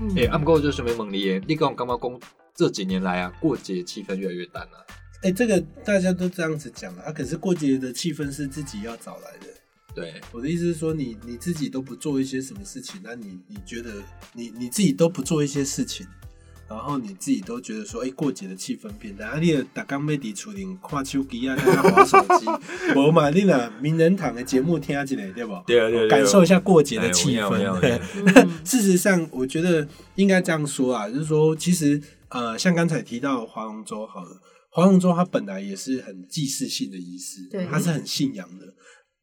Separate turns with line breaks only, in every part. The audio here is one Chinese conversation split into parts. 嗯
诶、啊，不过就是没猛力耶。你跟我感觉讲，这几年来啊，过节气氛越来越淡啊。
哎、这个大家都这样子讲啊，可是过节的气氛是自己要找来的。
对，
我的意思是说你，你自己都不做一些什么事情，那你你觉得你你自己都不做一些事情，然后你自己都觉得说，哎、过节的气氛变淡，啊，你的打刚被抵触你看手机啊，在那滑手机， 我嘛，你若名人堂的节目听一下对不？
对啊对啊对啊
感受一下过节的 气
哎我要我要 我要
氛。
嗯
事实上，我觉得应该这样说啊，就是说，其实呃，像刚才提到划龙舟好了，划龙舟它本来也是很祭祀性的仪式
对，
它是很信仰的。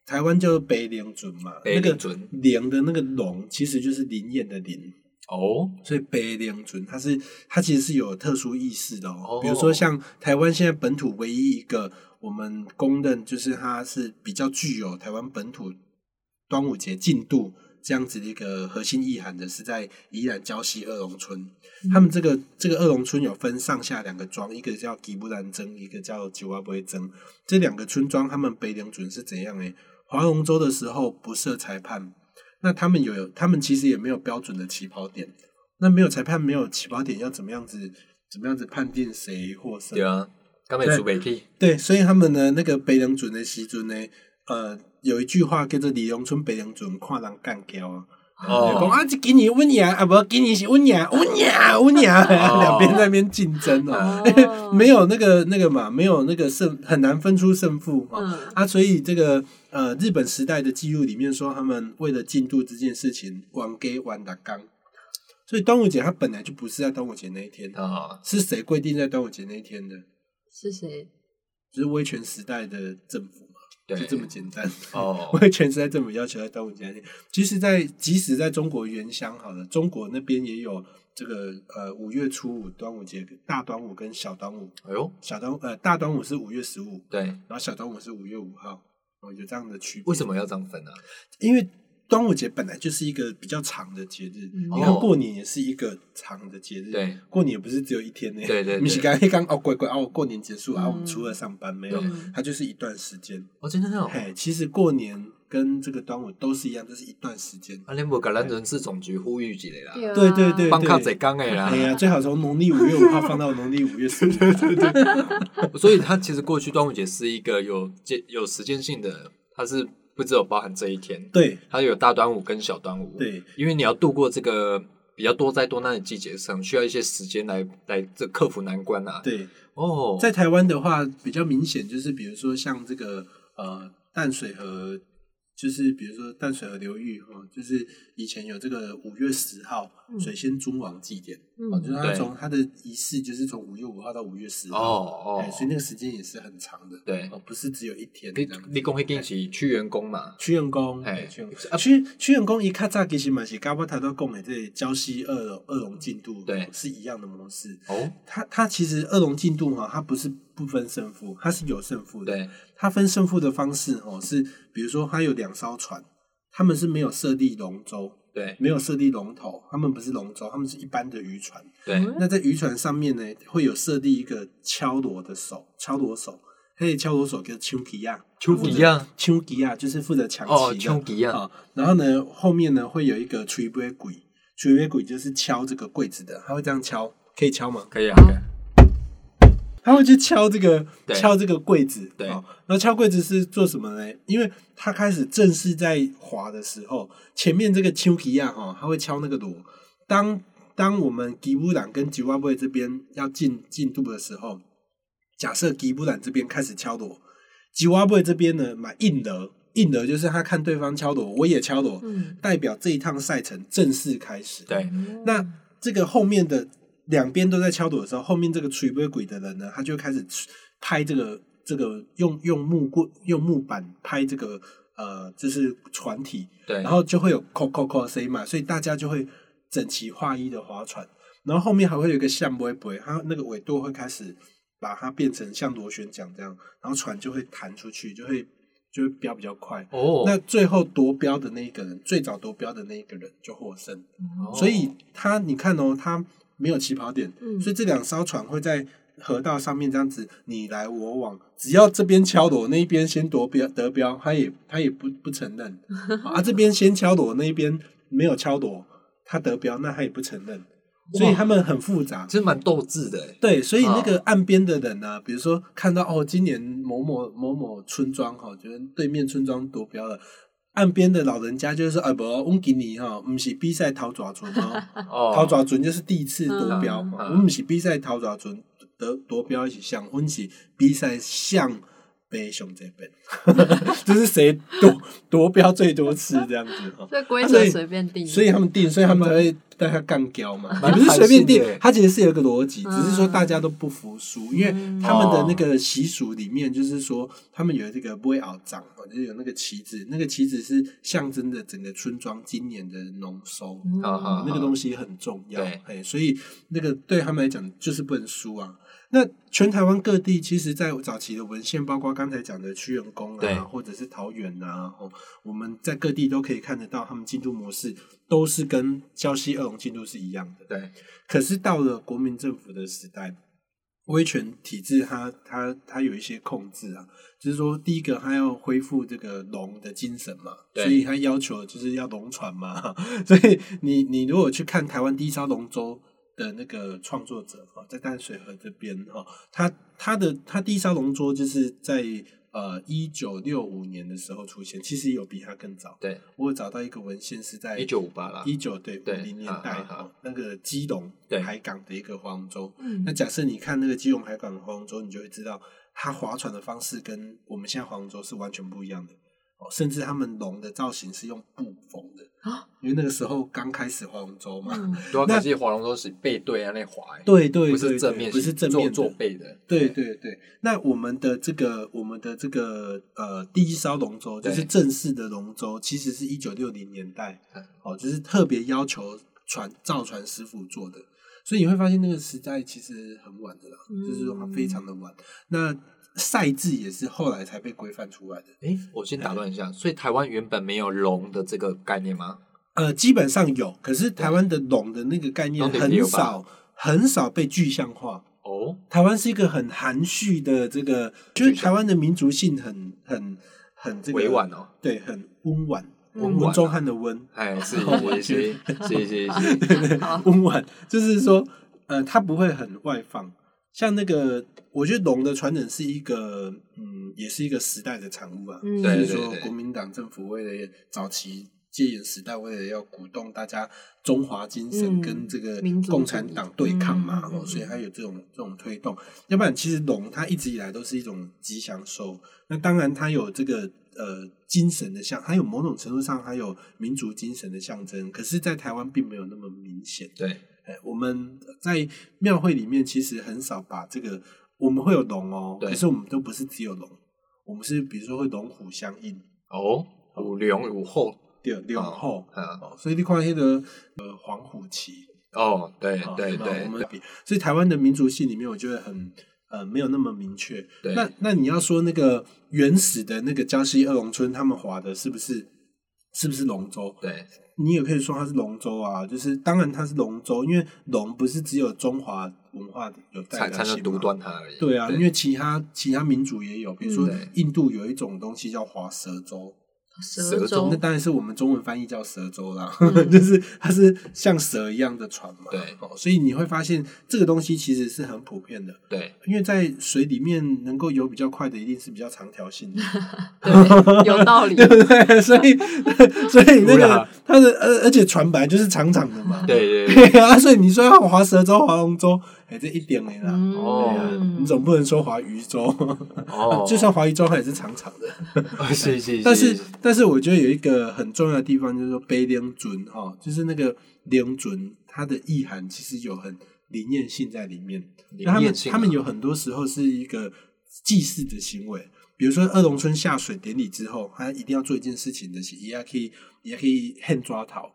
台湾叫北灵准嘛，
北
那
岭
个
准
灵的那个龙其实就是灵验的灵，
哦，
所以北灵准它是它其实是有特殊意思的哦。
哦
比如说像台湾现在本土唯一一个我们公认就是它是比较具有台湾本土端午节进度这样子的一个核心意涵的，是在宜兰礁溪二龙村。
嗯
他们这个这个二龙村有分上下两个庄，一个叫吉布兰镇，一个叫吉瓦不会镇。这两个村庄，他们北领准是怎样呢？划龙舟的时候不设裁判，那他们有，他们其实也没有标准的起跑点。那没有裁判，没有起跑点，要怎么样子，怎么样子判定谁获胜
对？啊，刚才
对
苏北屁，
对，所以他们的那个北凉准的习准呢，呃，有一句话叫做“李龙村北凉准看人干掉啊”，
哦
就讲啊，这今年温雅啊，不，今年是温雅，温雅，温雅，
哦嗯
两边在那边竞争哦，
哦
没有那个那个嘛，没有那个胜，很难分出胜负嘛。
嗯
啊，所以这个呃，日本时代的记录里面说，他们为了进度这件事情，玩给玩打刚。所以端午节它本来就不是在端午节那一天，
啊，
是谁规定在端午节那一天的？
是谁？
就是威权时代的政府嘛，
对，
就这么简单。
哦，
威权时代政府要求在端午节那天，其实在，即使在中国原乡好了，中国那边也有这个呃五月初五端午节、大端午跟小端午，
哎呦，
小端午呃大端午是五月十五，
对，
然后小端午是五月五号，哦有这样的区别。
为什么要这样分啊？
因为端午节本来就是一个比较长的节日，
嗯
你看
哦
过年也是一个长的节日，
对，
过年也不是只有一天呢、
对对对
不是刚刚哦乖乖哦，过年结束啊，
嗯
我们初二上班没有
嗯，
它就是一段时间。
哦，真的哦，
嘿，其实过年跟这个端午都是一样，这是一段时间。
啊，恁无甲咱人事总局呼吁一下啦，
啊
对对对
放较侪工诶啦
哎。呀，最好从农历五月五号放到农历五月十五。
所以它其实过去端午节是一个有节有时间性的，它是不只有包含这一天，
对
它有大端午跟小端午。，
对
因为你要度过这个比较多灾多难的季节上，需要一些时间来来这克服难关啊。，
对，
哦，
在台湾的话，比较明显就是，比如说像这个呃淡水河，就是比如说淡水河流域哈、哦，就是以前有这个五月十号
嗯
水仙尊王祭典，哦，就是
嗯，
它
对
从它的仪式就是从五月五号到五月十
哦
号，
哦
哎，，所以那个时间也是很长的，
对
哦，不是只有一天这
你
样子。
你讲迄间是屈原宫嘛？
屈原公，
哎
哎，屈原公，屈屈原公一较早其实嘛是甲我头都讲的，这胶西二龙二龙进度
对
是一样的模式。
哦，
它它其实二龙进度哈，它不是不分胜负，它是有胜负的。
对，
它分胜负的方式哦，是比如说它有两艘船，他们是没有设立龙舟，
对，
没有设立龙头，他们不是龙舟，他们是一般的渔船。
对，
那在渔船上面呢，会有设立一个敲锣的手，敲锣手，嘿，敲锣手叫啊丘吉亚，
丘吉亚
丘吉亚啊就是负责抢
哦，
旗的。
丘吉亚，
啊，然后呢，后面呢会有一个捶杯鬼，捶杯鬼就是敲这个柜子的，他会这样敲，可以敲吗？
可以啊，
好
可以啊
他会去敲这个
对
敲这个柜子，
对
哦然后敲柜子是做什么呢？因为他开始正式在滑的时候，前面这个丘吉亚哈，他会敲那个锣。当当我们吉布朗跟吉瓦布这边要进进度的时候，假设吉布朗这边开始敲锣，吉瓦布这边呢买硬的，硬的就是他看对方敲锣，我也敲锣，
嗯
代表这一趟赛程正式开始。
对，
那这个后面的两边都在敲锣的时候，后面这个捶杯鬼的人呢，他就开始拍这个这个用用木棍用木板拍这个呃，就是船体，
对，
然后就会有扣扣扣声音嘛，所以大家就会整齐划一的划船，然后后面还会有一个像不会不会，它那个呃尾舵会开始把它变成像螺旋桨这样，然后船就会弹出去，就会就会飙比较快。
哦，
那最后夺标的那一个人，最早夺标的那一个人就获胜。
哦
所以它你看哦，它没有起跑点，
嗯
所以这两艘船会在河道上面这样子你来我往，只要这边敲锣，那一边先夺标得标，他也他也不不承认啊，这边先敲锣，那一边没有敲锣。他得标，那他也不承认，所以他们很复杂。
其实蛮斗志的欸，
对，所以那个岸边的人呢、比如说看到哦，今年某某某某村庄哈、觉得对面村庄夺标了，岸边的老人家就是说，哎不，我们给你哈，不是比赛头抓村哦，
哦，
头爪准就是第一次夺标
嗯
嘛，
嗯
我们不是比赛头爪准得夺标一起向，我们是比赛向北熊这边， 就是谁夺夺标最多次这样子哈。
这规
所
则
以
随便定，
所以他们定，所以他们才会带他干掉嘛。
蛮
也不是随便定
弹性的，
他其实是有一个逻辑，只是说
嗯
大家都不服输，因为他们的那个习俗里面，就是说他们有这个不会熬涨，就是有那个旗子，那个旗子是象征着整个村庄今年的农收，
嗯
好好
那个东西很重要
对，
哎，所以那个对他们来讲就是不能输啊。那全台湾各地，其实，在早期的文献，包括刚才讲的屈原宫
对
啊，或者是桃园啊，哦，我们在各地都可以看得到，他们进度模式都是跟胶西二龙进度是一样的。
对，
可是到了国民政府的时代，威权体制它它它有一些控制啊，就是说第一个它要恢复这个龙的精神嘛，
对
所以它要求就是要龙船嘛， 所以你你如果去看台湾第一艘龙舟的那个创作者啊，在淡水河这边哈，他他的他第一艘龙舟就是在。呃，一九六五年的时候出现，其实有比他更早。
对，
我有找到一个文献是在
一九五八啦，
哎一九对五
啊对
零年
啊
代
啊啊
哦，那个基隆
对
海港的一个黄州。
嗯
那假设你看那个基隆海港的黄州，你就会知道它划船的方式跟我们现在黄州是完全不一样的。哦，甚至他们龙的造型是用布缝的
啊，
因为那个时候刚开始黄州嘛。
嗯
对啊，可是划龙舟是背对啊那划欸，
对对对，
不是正
对
面，
不是正面
坐
的
坐背的，
对对对，那我们的这个我们的这个呃第一艘龙舟，就是
对
正式的龙舟，其实是一九六零年代
嗯，
哦，就是特别要求船造船师傅做的，所以你会发现那个时代其实很晚的啦，就是说
嗯
非常的晚。那赛制也是后来才被规范出来的，
哎，我先打断一下，所以台湾原本没有龙的这个概念吗？
呃，基本上有，可是台湾的龙的那个概念
龙的也
很
有吧
少很少被具象化，
哦，
台湾是一个很含蓄的这个，就是台湾的民族性很很很这个
委婉，哦，
对，很温婉，
嗯
温
温婉
文
啊
中汉的 温，
哎，是
好完
是是是是是，
好
温婉就是说，呃，它不会很外放。像那个，我觉得龙的传承是一个，嗯，也是一个时代的产物啊。
嗯
就是
对
说，
对
国民党政府为了早期戒严时代，为了要鼓动大家中华精神
嗯
跟这个
民族主义
共产党对抗嘛，
嗯
哦，所以它有这种这种推动。要不然，其实龙它一直以来都是一种吉祥兽。那当然，它有这个呃精神的象，它有某种程度上它有民族精神的象征。可是，在台湾并没有那么明显。
对，
哎，我们在庙会里面其实很少把这个，我们会有龙哦，
对
可是我们都不是只有龙，我们是比如说会龙虎相应，
哦，五龙五后，
对，两后。
嗯，
哦，所以你看那个呃黄虎旗，
哦，对
哦
对
那我
对，
们比，所以台湾的民族性里面，我觉得很呃没有那么明确。
对
那那你要说那个原始的那个江西二龙村，他们划的是不是是不是龙舟？
对，
你也可以说它是龙舟啊，就是当然它是龙舟，因为龙不是只有中华文化有代
才
表
才能
性
独
嘛。
断它而已。
对啊，因为其他其他民族也有，比如说
嗯
印度有一种东西叫滑蛇舟，
蛇
蛇
舟
舟
那当然是我们中文翻译叫蛇舟啦，
嗯
就是它是像蛇一样的船嘛。
对
哦，所以你会发现这个东西其实是很普遍的，
对，
因为在水里面能够游比较快的，一定是比较长 条性的。
对有道理，
对不对？ 所以所以那
不
个
啦
它的呃而而且船本来就是长长的嘛，
对 对对，
对啊，所以你说要划蛇舟、划龙舟，哎、这一点没啦。
嗯
哦
你总不能说划鱼舟，，
哦
就算划鱼舟，它也是长长的。
是是，
但是，但是我觉得有一个很重要的地方，就是说背灵准哈，就是那个灵准，它的意涵其实有很灵验性在里面。那他
灵
们
验性啊
他们有很多时候是一个祭祀的行为，比如说二龙村下水典礼之后，他一定要做一件事情的是，也要可以也可以恨抓逃。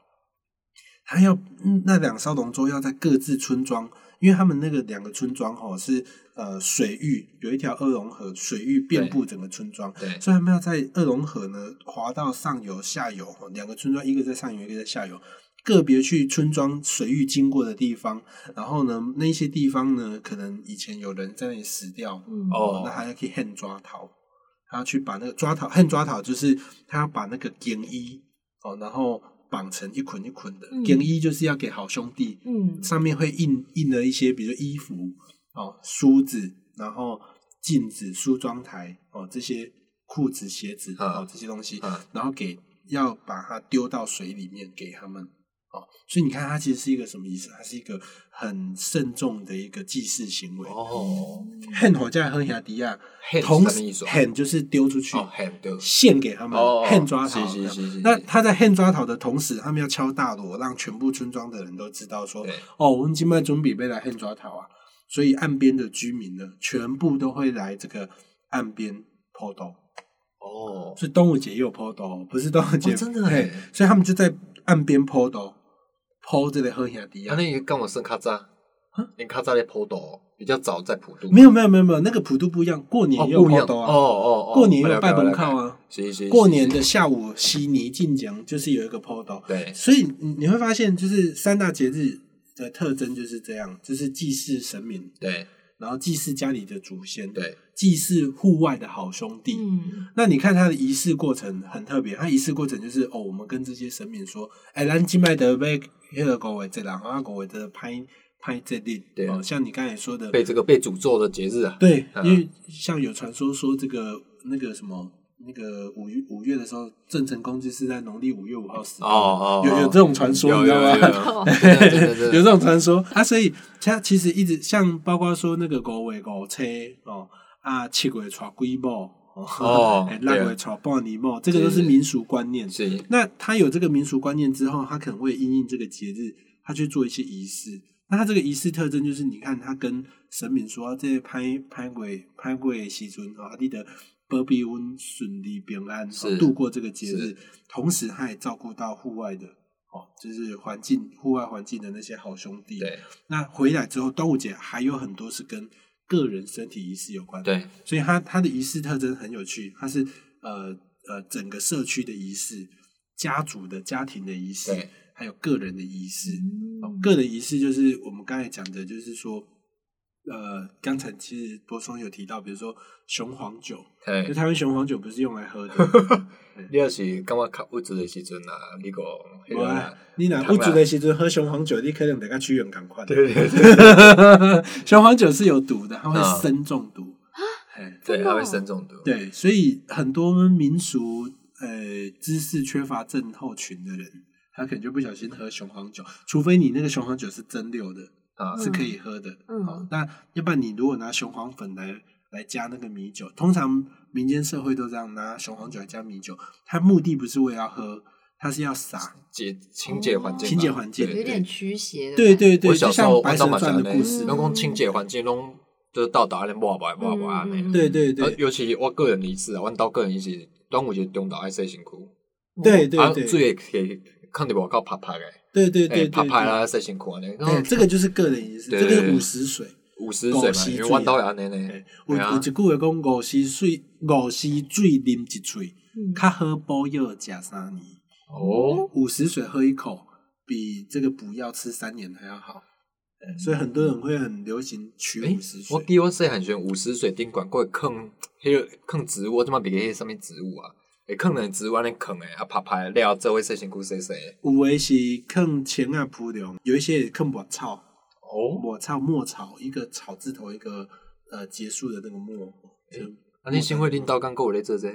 他要嗯那两艘龙舟要在各自村庄，因为他们那个两个村庄哈是呃水域有一条二龙河，水域遍布整个村庄，
对
所以他们要在二龙河呢划到上游、下游哦两个村庄，一个在上游，一个在下游，个别去村庄水域经过的地方，然后呢那些地方呢可能以前有人在那里死掉，
嗯
哦
那他要去恨抓逃，他要去把那个抓逃恨抓逃，就是他要把那个简衣哦，然后绑成一捆一捆的
嗯，
更衣就是要给好兄弟，
嗯
上面会印印了一些，比如说衣服哦、梳子，然后镜子、梳妆台哦这些裤子、鞋子
啊
哦这些东西，
啊
然后给要把它丢到水里面给他们哦。所以你看，它其实是一个什么意思？它是一个很慎重的一个祭祀行为。
哦，
恨火在亨雅迪亚，
很
啊同
什么意思
时
啊
恨就是丢出去
哦，，很对，
献给他们
哦，
恨抓
是
逃。
是是是
那
是
他在恨抓逃的同时，他们要敲大锣，让全部村庄的人都知道说
对，
哦，我们今麦准备来恨抓逃啊。所以岸边的居民呢，全部都会来这个岸边抛斗。
哦，
是端午节也有剖斗，不是端午节、
哦真的
嘿
耶
所以他们就在岸边剖斗，剖这个喝雅迪
啊
亚。
那你跟我生卡扎，你卡扎在普渡，比较早在普渡，
啊没有没有没有没有，那个普渡不一样，过年
哦
也有
不一样
剖斗啊，
哦哦哦，
过年也
了解
有拜
了
门
解
靠啊。
是是，
过
是
年
是
的下午，悉尼晋江就是有一个剖斗，
对
所以你你会发现，就是三大节日的特征就是这样，就是祭祀神明，
对
然后祭祀家里的祖先，，
对，
祭祀户外的好兄弟，
嗯
那你看它的仪式过程很特别，它仪式过程就是哦，我们跟这些神明说，哎，咱金麦德被那个狗尾这啦，啊，狗尾的拍拍这里，
对啊
哦，像你刚才说的，
被这个被诅咒的节日啊，
对，
啊
因为像有传说说这个那个什么。那个五月五月的时候，郑成功就是在农历五月五号死的
哦哦，
有有这种传说，
有
你知道
有
吗？
有有，真的真的真的
有这种传说啊，所以它其实一直像包括说那个五月五车哦啊，七月娶鬼某
哦
哎
对
六
啊
月娶半年某，这个都
是
是民俗观念。
是
那他有这个民俗观念之后，他可能会因应这个节日，他去做一些仪式。那他这个仪式特征就是，你看他跟神明说，啊这拍拍鬼拍鬼西尊啊，你的波比温顺利平安，
是
哦度过这个节日
是。
同时，他也照顾到户外的哦，就是环境户外环境的那些好兄弟。
对
那回来之后，端午节还有很多是跟个人身体仪式有关的。
对
所以它它的仪式特征很有趣，它是呃呃整个社区的仪式、家族的家庭的仪式
对，
还有个人的仪式。哦
嗯
个人仪式就是我们刚才讲的，就是说，呃，刚才其实博松有提到，比如说雄黄酒，因为
对，
台湾雄黄酒不是用来喝的，
你要是感觉较物质的时阵啊，你个迄
我
个
啊
啊，
你哪不足的时阵喝雄黄酒，你可能得跟屈原赶快。
对对对
雄黄酒是有毒的，它会
嗯
砷中毒。嘿
对，
真的
还
哦
会生中毒，
对，所以很多民俗呃知识缺乏症候群的人，他可能就不小心喝雄黄酒，除非你那个雄黄酒是蒸馏的，
啊，
是可以喝的。
嗯
好那要不然你如果拿雄黄粉来来加那个米酒，通常民间社会都这样拿雄黄酒来加米酒，它目的不是为了要喝，它是要洒。
解清洁环境吧，啊
清洁环境
对
哦有
对
点驱邪的，
对，对对，
我小
就
时候
像
我
白
当
蛇
嘛
传
讲
的故事。
拢讲清洁环境拢就是到达咧抹白抹白安
嗯嗯嗯
尼。
对对
啊
对
尤其我个人意识啊，阮兜个人意识，端午节中昼爱洗身躯，
对对对
啊，
对
水会会放伫外口拍拍诶，
对对
诶，
对，
拍
对
拍。啦洗身躯啊安尼。然后
对，这个就是个人仪式，
对
这个
对
是
对
五十水。
哦五十岁
五
嘛，
十
因为
水
阮兜也安尼呢
嘿。有
对啊
有一句话讲，五十水五十水啉一喙，
嗯
较好补药食三年。
哦，
五十水喝一口，比这个补药吃三年还要好。呃所以很多人会很流行取
嗯诶
五十
我
水，
记得我细汉时阵五十岁顶管过坑，迄个坑植物，我即摆袂记迄上面植物啊，会坑人植物安尼坑诶，啊拍拍了做伙洗身躯洗洗。
有的是坑钱啊铺凉，有一些也坑抹草，
哦，
抹草末草，一个草字头一个呃结束的那个末。就
啊，你先会领导讲过有咧做这个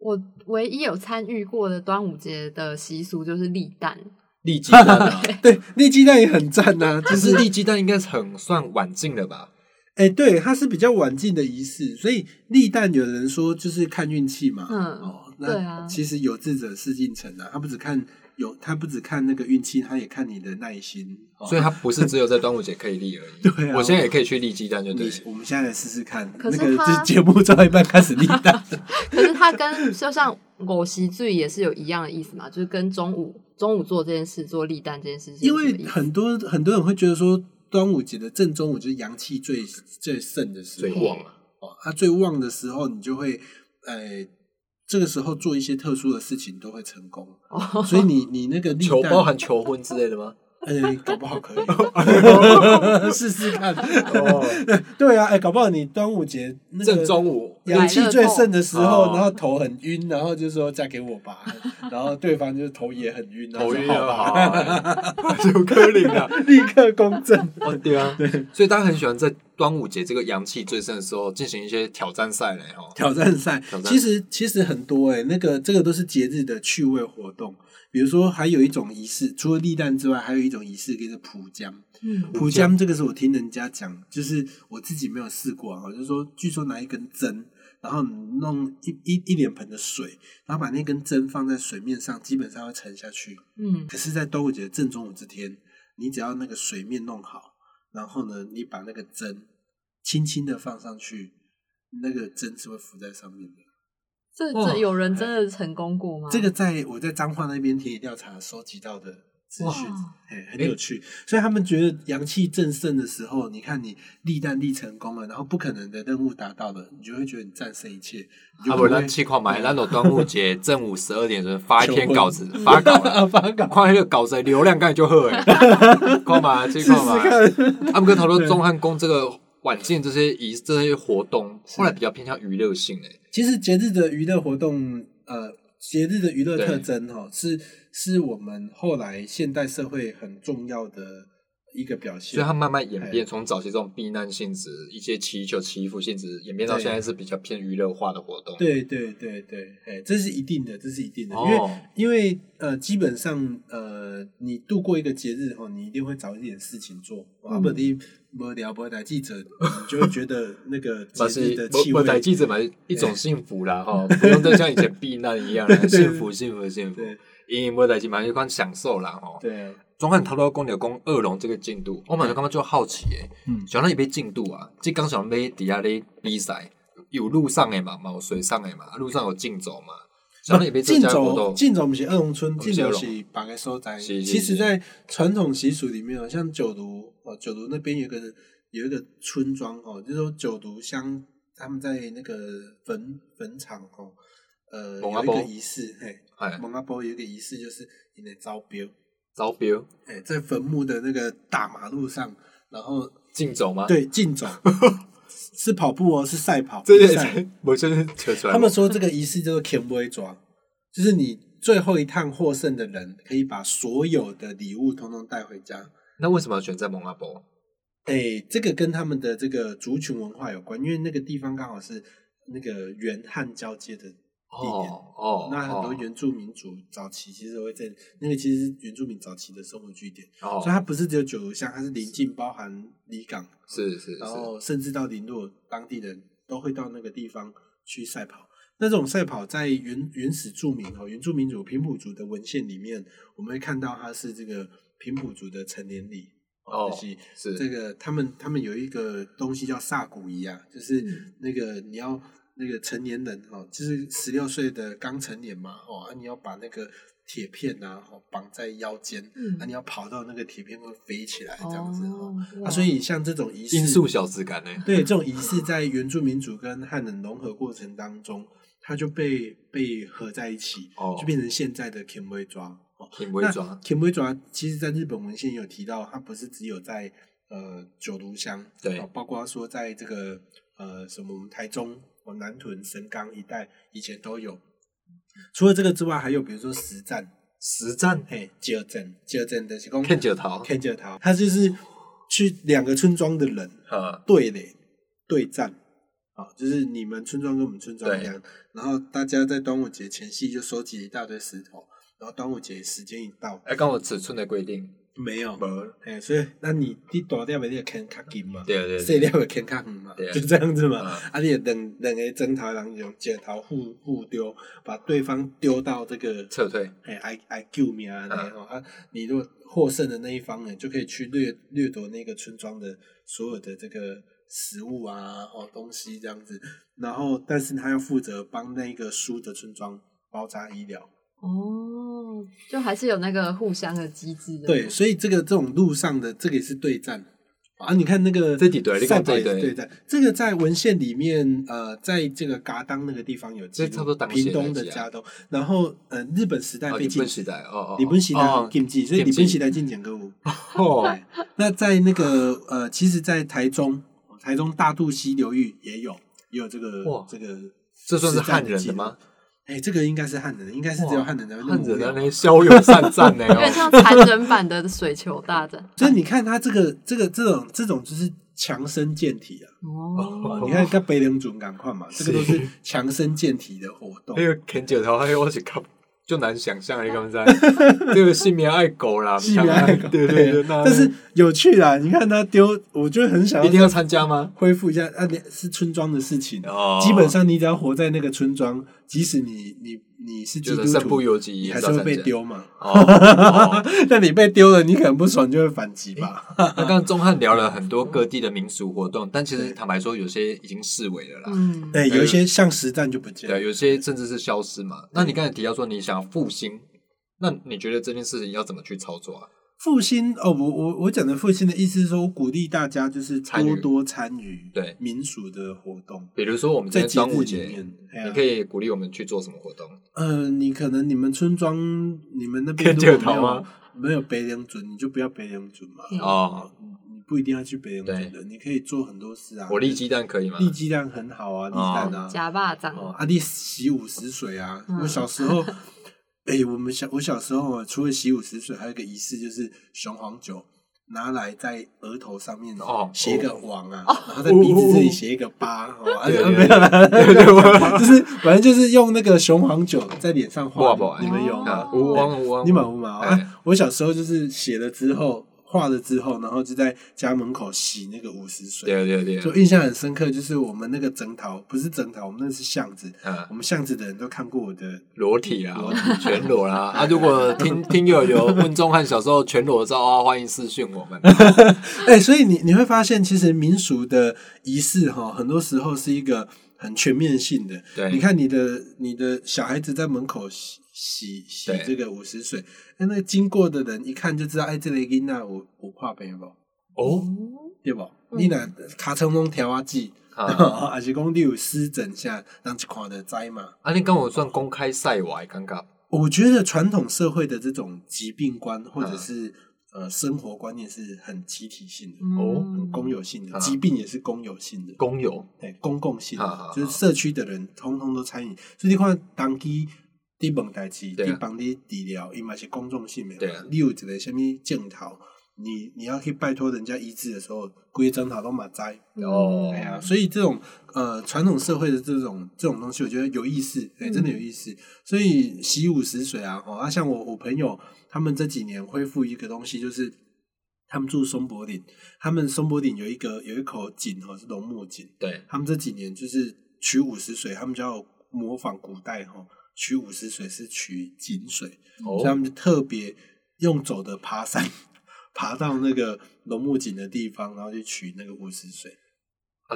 我唯一有参与过的端午节的习俗就是立蛋，
立鸡蛋啊。
对，立鸡蛋也很赞呐、就
但
是
是立鸡蛋应该是很算晚进的吧？
哎、对，它是比较晚进的仪式，所以立蛋有人说就是看运气嘛。
嗯
哦，
对
那
啊
其实有志者事竟成啊，他不只看有，他不只看那个运气，他也看你的耐心。哦、
所以它不是只有在端午节可以立而已。
对啊
我现在也可以去立鸡蛋，就对
你
了。
我们现在来试试看，
可是
那个
他
这节目到一半开始立 蛋，
可是它跟就像我习醉也是有一样的意思嘛，就是跟中午中午做这件事做立蛋这件事情
因
有什么
为
意思，
很多很多人会觉得说端午节的正中午就是阳气最最盛的时
最
候，
旺啊！
哦，它最旺的时候，你就会，呃，这个时候做一些特殊的事情都会成功，
哦
所以你你那个立
求
蛋
包含求婚之类的吗？
哎，搞不好可以 试试看。
哦，
对啊，哎，搞不好你端午节 那
正
个
中午
阳气最盛的时
买乐
候，
透
然后头很晕，然后就说嫁给我吧，然后对方就是头也很晕，然后
头
说
晕
好
了，
吧
好啊， 有可能啊，
立刻公正。
哦对 啊，所以大家很喜欢在端午节这个阳气最盛的时候进行一些挑战赛嘞哦，
挑战赛
挑，战
其实其实很多哎、那个这个都是节日的趣味活动。比如说，还有一种仪式，除了立蛋之外，还有一种仪式叫做普江。
嗯，
普江这个是我听人家讲，就是我自己没有试过啊，就是说，据说拿一根针，然后你弄一一一脸盆的水，然后把那根针放在水面上，基本上会沉下去。
嗯，
可是，在端午节正中午这天，你只要那个水面弄好，然后呢，你把那个针轻轻的放上去，那个针是会浮在上面的。
这
哇
这有人真的成功过吗？
这个在我在彰化那边田野调查收集到的资讯
哇，
哎，很有趣。所以他们觉得阳气正盛的时候，你看你立蛋立成功了，然后不可能的任务达到了，你就会觉得你战胜一切。
啊
你就
不
不
然
会
咱试看买，咱就端午节正午十二点的时候发一篇稿子，
求婚
发稿啦，
发稿
看那个稿子的流量该就好诶， 看嘛，去
试
看嘛。
试看。
他们跟讨论钟汉宫这个晚近这些仪这些活动，
是
后来比较偏向娱乐性诶。
其实节日的娱乐活动，呃，节日的娱乐特征哈、哦，是是我们后来现代社会很重要的一个表现。
所以它慢慢演
哎
变，从早期这种避难性质、一些祈求、祈福性质，演变到
对
现在是比较偏娱乐化的活动。，
对对对对，哎，这是一定的，这是一定的，
哦，
因为因为呃，基本上呃，你度过一个节日后，你一定会找一点事情做，啊，
嗯
不你不聊不来记者，你就会觉得那个
但
节日
是
的
我
气
我
味，
在记者嘛，一种幸福啦，哈，不用再像以前避难一 样了，幸福幸福幸福，
对
因为我在记嘛，一款享受啦，哈。
对啊，
总看头头公牛公二龙这个进度，我马上刚刚就好奇诶、
嗯
想到一杯进度啊，这刚想要底下咧比赛，有路上诶嘛，嘛有水上诶嘛，啊路上有竞走嘛，想到一杯这
敬
家活
酒，
动，
敬酒我们是二龙村，
们是
敬酒
二龙
是八个所在。
是是
其
是
实，在传统习俗里面哦，像九如哦，九如那边有一个有一个村庄哦，就是说九如乡他们在那个坟坟场哦，呃，
蒙阿
有一
波
个仪式，嘿，
哎，
蒙阿波有一个仪式就是你得招标，
招标
哎，在坟墓的那个大马路上，然后
竞走吗？，
对敬 酒是跑步哦，是赛跑，
这
比赛
些我真是扯出来了。
他们说这个仪式叫做 k i m b o 抓，就是你最后一趟获胜的人可以把所有的礼物通通带回家。
那为什么要选在蒙阿波？
哎、这个跟他们的这个族群文化有关，因为那个地方刚好是那个原汉交接的地点。
哦哦，
那很多
哦
原住民族早期其实会在那个，其实是原住民早期的生活据点，
哦
所以它不是只有九如乡，它是临近包含离港，
是是是
然后甚至到林落，当地人都会到那个地方去赛跑。那种赛跑在原原始著名哦，原住民族平埔族的文献里面，我们会看到它是这个平埔族的成年礼
哦
就是
是
这个他们他们有一个东西叫萨古仪啊，就是
嗯
那个你要那个成年人哦，就是十六岁的刚成年嘛哦，啊你要把那个铁片啊哦绑在腰间，
嗯
啊你要跑到那个铁片会飞起来这样子哦，
哦，
啊
哇
所以像这种仪式
因素小质感呢？
对，这种仪式在原住民族跟汉人融合过程当中，它就被被合在一起，
哦
就变成现在的 k i m w e 抓。哦
挺不会抓
k i m w e 抓其实在日本文献也有提到，它不是只有在呃九如乡，
对
哦包括说在这个呃什么我们台中、哦南屯、神冈一带以前都有。除了这个之外，还有比如说实战，
实战
嘿，九镇、九镇的是讲
看九桃，
看九桃，他就是去两个村庄的人，
啊，
对垒对战啊，就是你们村庄跟我们村庄一样，然后大家在端午节前夕就收集了一大堆石头，然后端午节时间一到，
哎，刚我尺寸的规定，
没有，
没，
哎，所以那你你大掉的你就坑较紧嘛，
对对
细
对，
掉的坑较远嘛
对，啊
就这样子嘛，
嗯
啊，你也两两个争头的人用石头互互丢，把对方丢到这个
撤退，
哎，挨挨救命
嗯
啊！然后啊，你如果获胜的那一方哎呢，就可以去掠掠夺那个村庄的所有的这个食物啊，哦东西这样子。然后，但是他要负责帮那个输的村庄包扎医疗。
哦，就还是有那个互相的机制的。
嗯
对，所以这个这种路上的这个也是对战，啊，你看那个
这几对你
赛
看
跑
这
也
一对
是对的，这个在文献里面，呃，在这个嘎当那个地方有记录，
这差不多当时
屏东的
的
加东，然后呃，日本时代
啊哦
被
日
禁
本
止
时代哦哦，
日本时代
哦
很禁止，所
禁
以日
止
本时代禁止歌舞。
哦
对，那在那个呃，其实，在台中，台中大肚溪流域也有也有这个
哇
这个，
这算是汉人的吗？？
哎，这个应该是汉人，应该是只有汉人才会那
汉
么无
人
聊
的那骁勇善战呢、
有点
哦，
像残忍版的水球大战。
所以你看他这个这个这种这种就是强身健体啊。
哦，
你看，跟北领主赶快嘛，这个都是强身健体的活 动
那。个啃哎九头，还有我是靠，就难想象一个人在 这个性命爱狗 啦，
戏里爱搞
对对对，那
啊但是有趣啦！你看他丢，我就很想
一定要
要
参加吗？
恢复一下啊，你是村庄的事情。啊
哦，
基本上你只要活在那个村庄，即使你你你是基
觉
督
得身不
徒，
由己，
你还
也
是
要
会
参
被
加。
丢嘛。
哦，哦
那你被丢了，你可能不爽就会反击吧。
那刚刚钟汉聊了很多各地的民俗活动，但其
对
实坦白说，有些已经视为了啦。
嗯，
对，哎有一些像实战就不见了
对，。有些甚至是消失嘛。那你
嗯
刚才提到说你想复兴，那你觉得这件事情要怎么去操作啊？
复兴哦，我我我讲的复兴的意思是说，我鼓励大家就是
参
多
与
多参与
对
民俗的活动，
比如说我们今
在
天
节
端
日
午
里
节，
面，哎呀
你可以鼓励我们去做什么活动？
呃，你可能你们村庄你们那边
可以
如
借
果没
桃
有
吗
没有北领准，你就不要北领准嘛。
嗯
哦，
你不一定要去北领准的，你可以做很多事啊。
我立鸡蛋可以吗？
立鸡蛋很好啊，立
哦
蛋啊，
假霸掌，
哦，啊，你洗五十水啊！
嗯
我小时候，哎、我们小我小时候啊除了洗五十水，还有一个仪式就是雄黄酒拿来在额头上面
哦
写一个网啊，然后在鼻子这里写一个疤，哦，啊
对
啊
对
没有啦，
对对我
就是 反正就是用那个雄黄酒在脸上画
画画，
你们有
啊
吗？
无王无王，
你满不满
哎
啊？我小时候就是写了之后。画了之后，然后就在家门口洗那个五十水，
对对对，
就印象很深刻。就是我们那个整桃，不是整桃，我们那是巷子，
嗯
我，们巷子的人都看过我的，
裸体啦，全裸 啦啊！如果听听友有问钟汉小时候全裸的照啊，欢迎私讯 我们。
哎、所以你你会发现，其实民俗的仪式哈，很多时候是一个很全面性的。
对
你看你的你的小孩子在门口洗洗洗
对
这个五十水，哎，那个经过的人一看就知道，哎，这个囡仔我我怕被不，
哦，
对不？你若卡成拢条啊记，
啊，
还是讲你有湿疹下，让一看得灾嘛。
啊，你跟我算公开赛我还尴尬
我觉得传统社会的这种疾病观或
嗯
者是、呃生活观念是很集体性的。
嗯
哦
很公有性的，
啊
疾病也是公有性的，
工友
对公共性的
啊啊啊
就是社区的人通通都参与。所以你看，当地你问代志，
对啊
你帮你治疗，伊嘛是公众性的
对
嘛
啊。
你有一个什么镜头，你你要去拜托人家医治的时候，规整头都嘛知。
哦
哎呀，所以这种呃传统社会的这种这种东西，我觉得有意思，哎、
嗯
真的有意思。所以习五十水啊，哦，啊，像我我朋友他们这几年恢复一个东西，就是他们住松柏岭，他们松柏岭有一个有一口井哦，是龙目井，
对，
他们这几年就是取五十水，他们就要模仿古代哈、哦，取五十水是取井水，所以他
哦，
们就特别用走的爬山， 爬到那个龙目井的地方，然后去取那个五十水。
啊，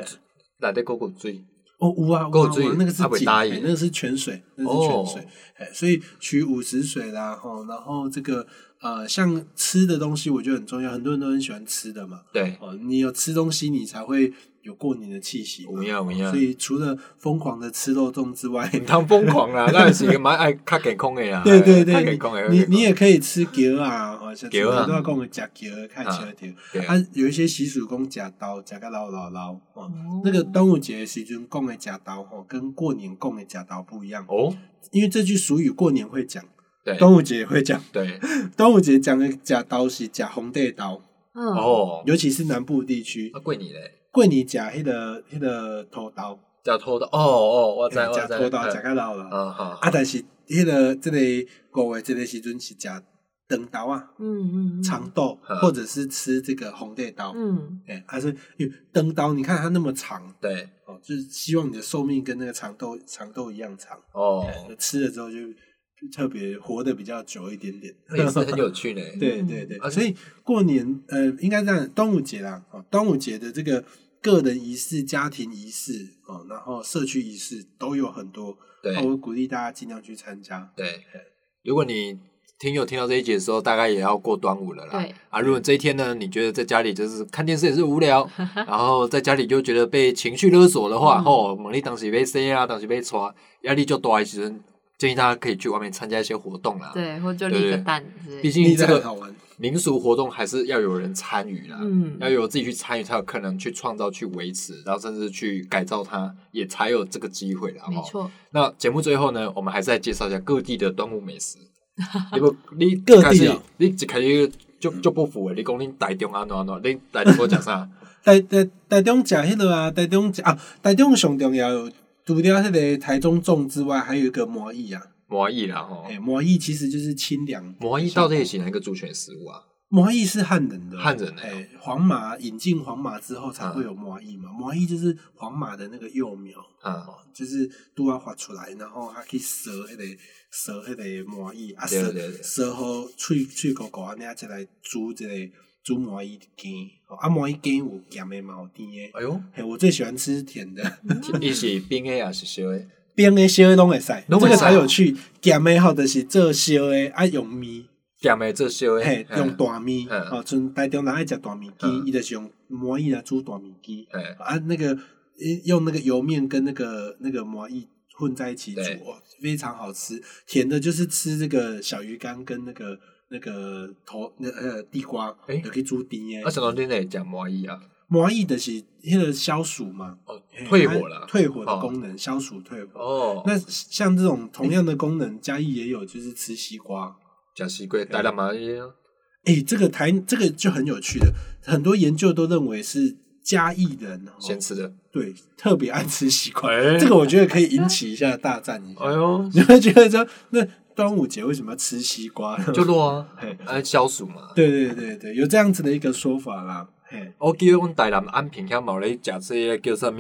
来得狗狗追，
哦，有啊，有
够
啊，
水
有啊那个是
阿伟
井，
答
哎
应
那个是泉水，那是泉水
哦，
哎、所以取五十水啦，吼，然后这个呃，像吃的东西，我觉得很重要，很多人都很喜欢吃的嘛，
对，
哦，你有吃东西，你才会有过年的气息嘛，
有影有影
所以除了疯狂的吃肉粽之 外，
唔通啊疯狂 啦，那是个蛮爱较健康的啦。
对对
较
对
健康的，，
你你你也可以吃茄啊，哦，像
茄啊
都要跟我们夹茄，看吃的
对
啊，有一些习俗讲夹刀，夹个老老老哦。
哦
那个端午节的时阵供的假刀吼，跟过年供的假刀不一样，
哦，
因为这句俗语过年会讲，
对
端午节也会讲。
对
端午节讲的假刀是假红带刀，
嗯，
哦，
尤其是南部地区
啊，，贵你嘞，
过年假迄个迄个头刀，
假拖的，哦哦，我知我
假
知，
头刀假
嗯
个老了。
啊好，
啊，但是迄个这个五月这个时阵是假长刀啊，
嗯嗯，嗯
长，豆
嗯
或者是吃这个红带刀。
嗯，
哎，还是因为灯刀，你看它那么长
对
哦，就是希望你的寿命跟那个长豆长豆一样长。
哦，
哎吃了之后就特别活得比较久一点点。
那也是很有 趣呢。
对对对，
而且
啊所以过年呃，应该这样，端午节啦，哦，端午节的这个个人仪式、家庭仪式哦，然后社区仪式都有很多，
对
那我鼓励大家尽量去参加。
对，如果你听友听到这一集的时候，大概也要过端午了啦。
对
啊，如果这一天呢，你觉得在家里就是看电视也是无聊，然后在家里就觉得被情绪勒索的话，
嗯
吼、猛力当时被塞啊，当时被抓，压力就大一些，建议大家可以去外面参加一些活动啦。，
对，或者就
对
立个
对
蛋之类
毕
的。
竟
你
这
这很
个
好玩，
民俗活动还是要有人参与啦，
嗯
要有自己去参与，才有可能去创造、去维持，然后甚至去改造它，也才有这个机会啦。
没
吼
错，
那节目最后呢，我们还是来介绍一下各地的端午美食。你不，你
各
开
地
始
哦
你一开始就就不服诶！你讲你台中安怎安怎，你台中讲啥？
台台台中食迄落啊，台中食啊，台中上重要有除了迄个台中粽之外，还有一个麻薏啊，
麻薏啦吼
哎、，麻薏其实就是清凉，
麻薏到底是哪一个族群食物啊？
麻薏是汉人的，
汉人的
哎、黄马引进黄马之后才会有麻薏嘛，麻薏就是黄马的那个幼苗，
啊，
哦，就是拄啊发出来，然后它去蛇迄、个蛇迄个麻薏，啊
对
蛇
对对
蛇好脆脆糊糊安尼啊，再来煮一个煮麻薏羹，哦啊麻薏羹有咸的，嘛有甜的。
哎呦，
嘿，我最喜欢吃甜的，
伊是冰诶还是烧诶？
冰的烧的拢会使，
拢
这
会
个
使
才有趣。咸的吼，就是做烧的，爱用面，
咸诶做烧
嘿
诶，，
用大面，
嗯
哦，像台中人爱食大面
嗯
筋，伊就是用麻薏来煮大面筋，
哎，
啊，那个呃用那个油面跟那个那个麻薏混在一起煮
对，
哦非常好吃。甜的就是吃这个小鱼干跟那个那个头那呃地瓜，
诶
就可以煮甜
我
的。
想到你会啊讲麻薏啊，
麻薏的是迄个消暑嘛，
哦
嘿，
退
它
火了，
退火的
哦
功能，消暑退火。
哦，
那像这种同样的功能，嘉义也有，就是吃西瓜。
食西瓜，台南麻薏啊，
哎、这个台这个就很有趣的，很多研究都认为是嘉义人哦
先吃的，
对特别爱吃西瓜，
哎
这个我觉得可以引起一下大战一下。
哎呦，
你会觉得说，那端午节为什么要吃西瓜？
就落啊
嘿，
哎，消暑嘛。
对对对对，有这样子的一个说法啦。嘿，
我记得阮台南安平遐嘛有咧食这个叫啥物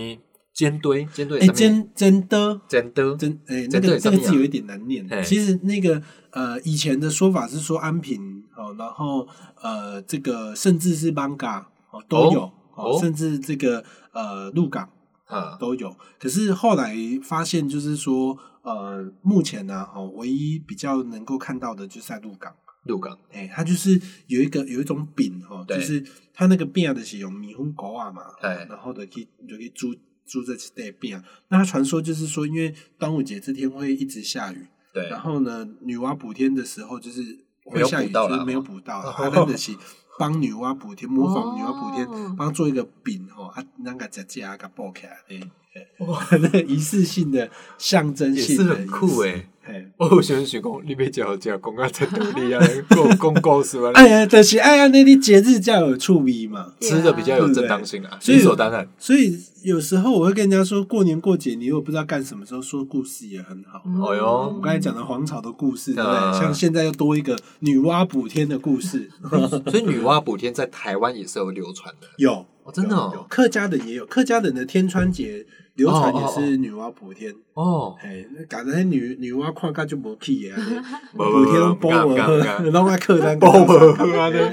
煎堆，煎堆是
哎、
啥物？
真真的
煎堆，
真哎、那
真的
个
有
这
上
个
面啊
字有一点难念
嘿。
其实那个呃，以前的说法是说安平哦，然后呃，这个甚至是邦嘎哦都有
哦
哦
哦
甚至这个呃鹿港。
啊，
都有。可是后来发现，就是说，呃，目前呢、哦，唯一比较能够看到的就是在鹿港，
鹿港，
哎、它就是有一个有一种饼哦，
对
就是它那个饼的是用米粉糕啊嘛，
对
然后的可以就可以煮煮这几袋饼。啊那它传说就是说，因为端午节这天会一直下雨，
对
然后呢，女娲补天的时候就是
没
会
有
下雨，
补到
就是
啦
没有补到，
哦
啊，咱就是帮女娲 补天，模仿女娲补
哦
天，帮做一个饼吼，啊，咱个姐姐啊，给包起来，嘿嘿那个仪式性的象征
也
性
是
的
很酷欸
仪式。
诶。
嘿
我有时阵想讲，你要食好食，讲到这道理啊，讲讲故事 啊，
哎呀，就是哎呀，那你节日才有趣味嘛。
吃的比较有正当性啊，
对
理
啊
所当 然。
所以有时候我会跟人家说，过年过节你又不知道干什么时候，说故事也很好。
嗯
哦哟
我刚才讲的黄草的故事，对不
嗯
对？像现在又多一个女娲补天的 故事，
所以女娲补天在台湾也是有流传的，
有
哦真的哦
有有客家人也有，客家人的天穿节流传
哦
也
哦哦
是女娲补天。
哦，
哎，那搞得那女女娲看甲就无去的啊，
不
补天拢包啊无
不不不
好，拢爱客单
包无好啊呢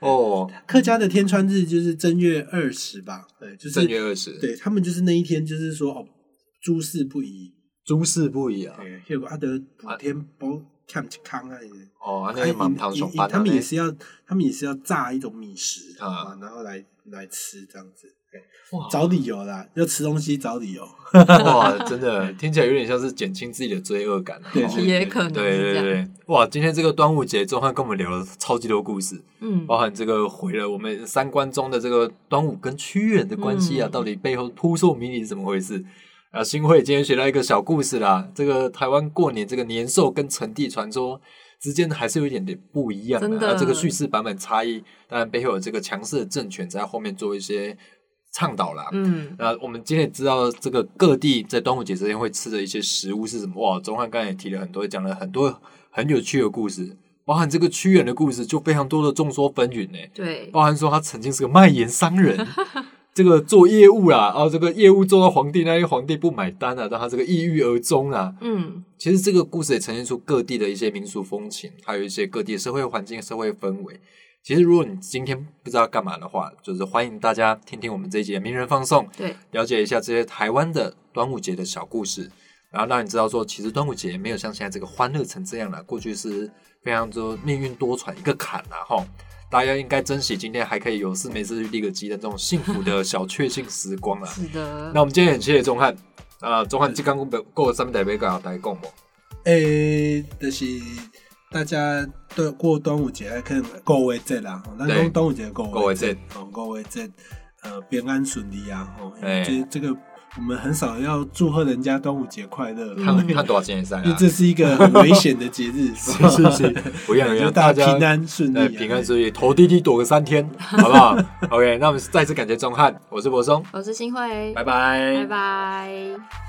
哦，
客家的天穿日就是正月二十吧，对， 就
正月
是
二十，
对他们就是那一天，就是说哦，诸事不宜，
诸事不宜啊，
哎，结果阿德补天包欠一空啊。
哦，那
哎
个满堂
因
熊
因
班
他们也是要，他们也是要炸一种米食
啊
啊，然后来来吃这样子。哎
哇
找理由啦，要吃东西找理由。
哇，真的听起来有点像是减轻自己的罪恶感啊。
对
哦
是
也可能
对
是这
对
样。
对，哇！今天这个端午节，钟汉跟我们聊了超级多故事，
嗯，
包含这个毁了我们三观中的这个端午跟屈原的关系啊，
嗯
到底背后扑朔迷离是怎么回事？啊，新会今天学到一个小故事啦，这个台湾过年这个年兽跟成帝传说之间还是有一点点不一样
真
那
的
这个叙事版本差异，当然背后有这个强势的政权在后面做一些倡导啦。
嗯，
那我们今天也知道这个各地在端午节之前会吃的一些食物是什么？哇，钟汉刚才也提了很多，讲了很多很有趣的故事，包含这个屈原的故事，就非常多的众说纷纭呢。
对，
包含说他曾经是个卖盐商人，这个做业务啦，啊，这个业务做到皇帝那里，皇帝不买单啊，让他这个抑郁而终啊。
嗯，
其实这个故事也呈现出各地的一些民俗风情，还有一些各地的社会环境、社会氛围。其实，如果你今天不知道干嘛的话，就是欢迎大家听听我们这一集的名人放送，
对，
了解一下这些台湾的端午节的小故事。然后让你知道说，其实端午节没有像现在这个欢乐成这样了，过去是非常多命运多舛一个坎啦哈。大家应该珍惜今天还可以有事没事去立个鸡的这种幸福的小确幸时光 啦。
是的
那，我们今天很谢谢钟汉啊，钟汉即刚过过上面台北搞台共嘛，
诶、就是大家对过端午节还可能过位节啦，吼咱
对
讲端午节过
过
位
位
节
节，
哦，过位节，呃，平安顺利啊，吼、
哎
这这个我们很少要祝贺人家端午节快乐，
嗯
看
因为
看多少钱也塞
因为
啊，
这是一个很危险的节日，是
是 是，不一样一
就
样，
大
大
家
家
平安顺利、
对
啊，
平安顺利，投滴滴躲个三天，好不 好？OK，那我们再次感谢钟汉，我是柏松，
我是新会，
拜
拜拜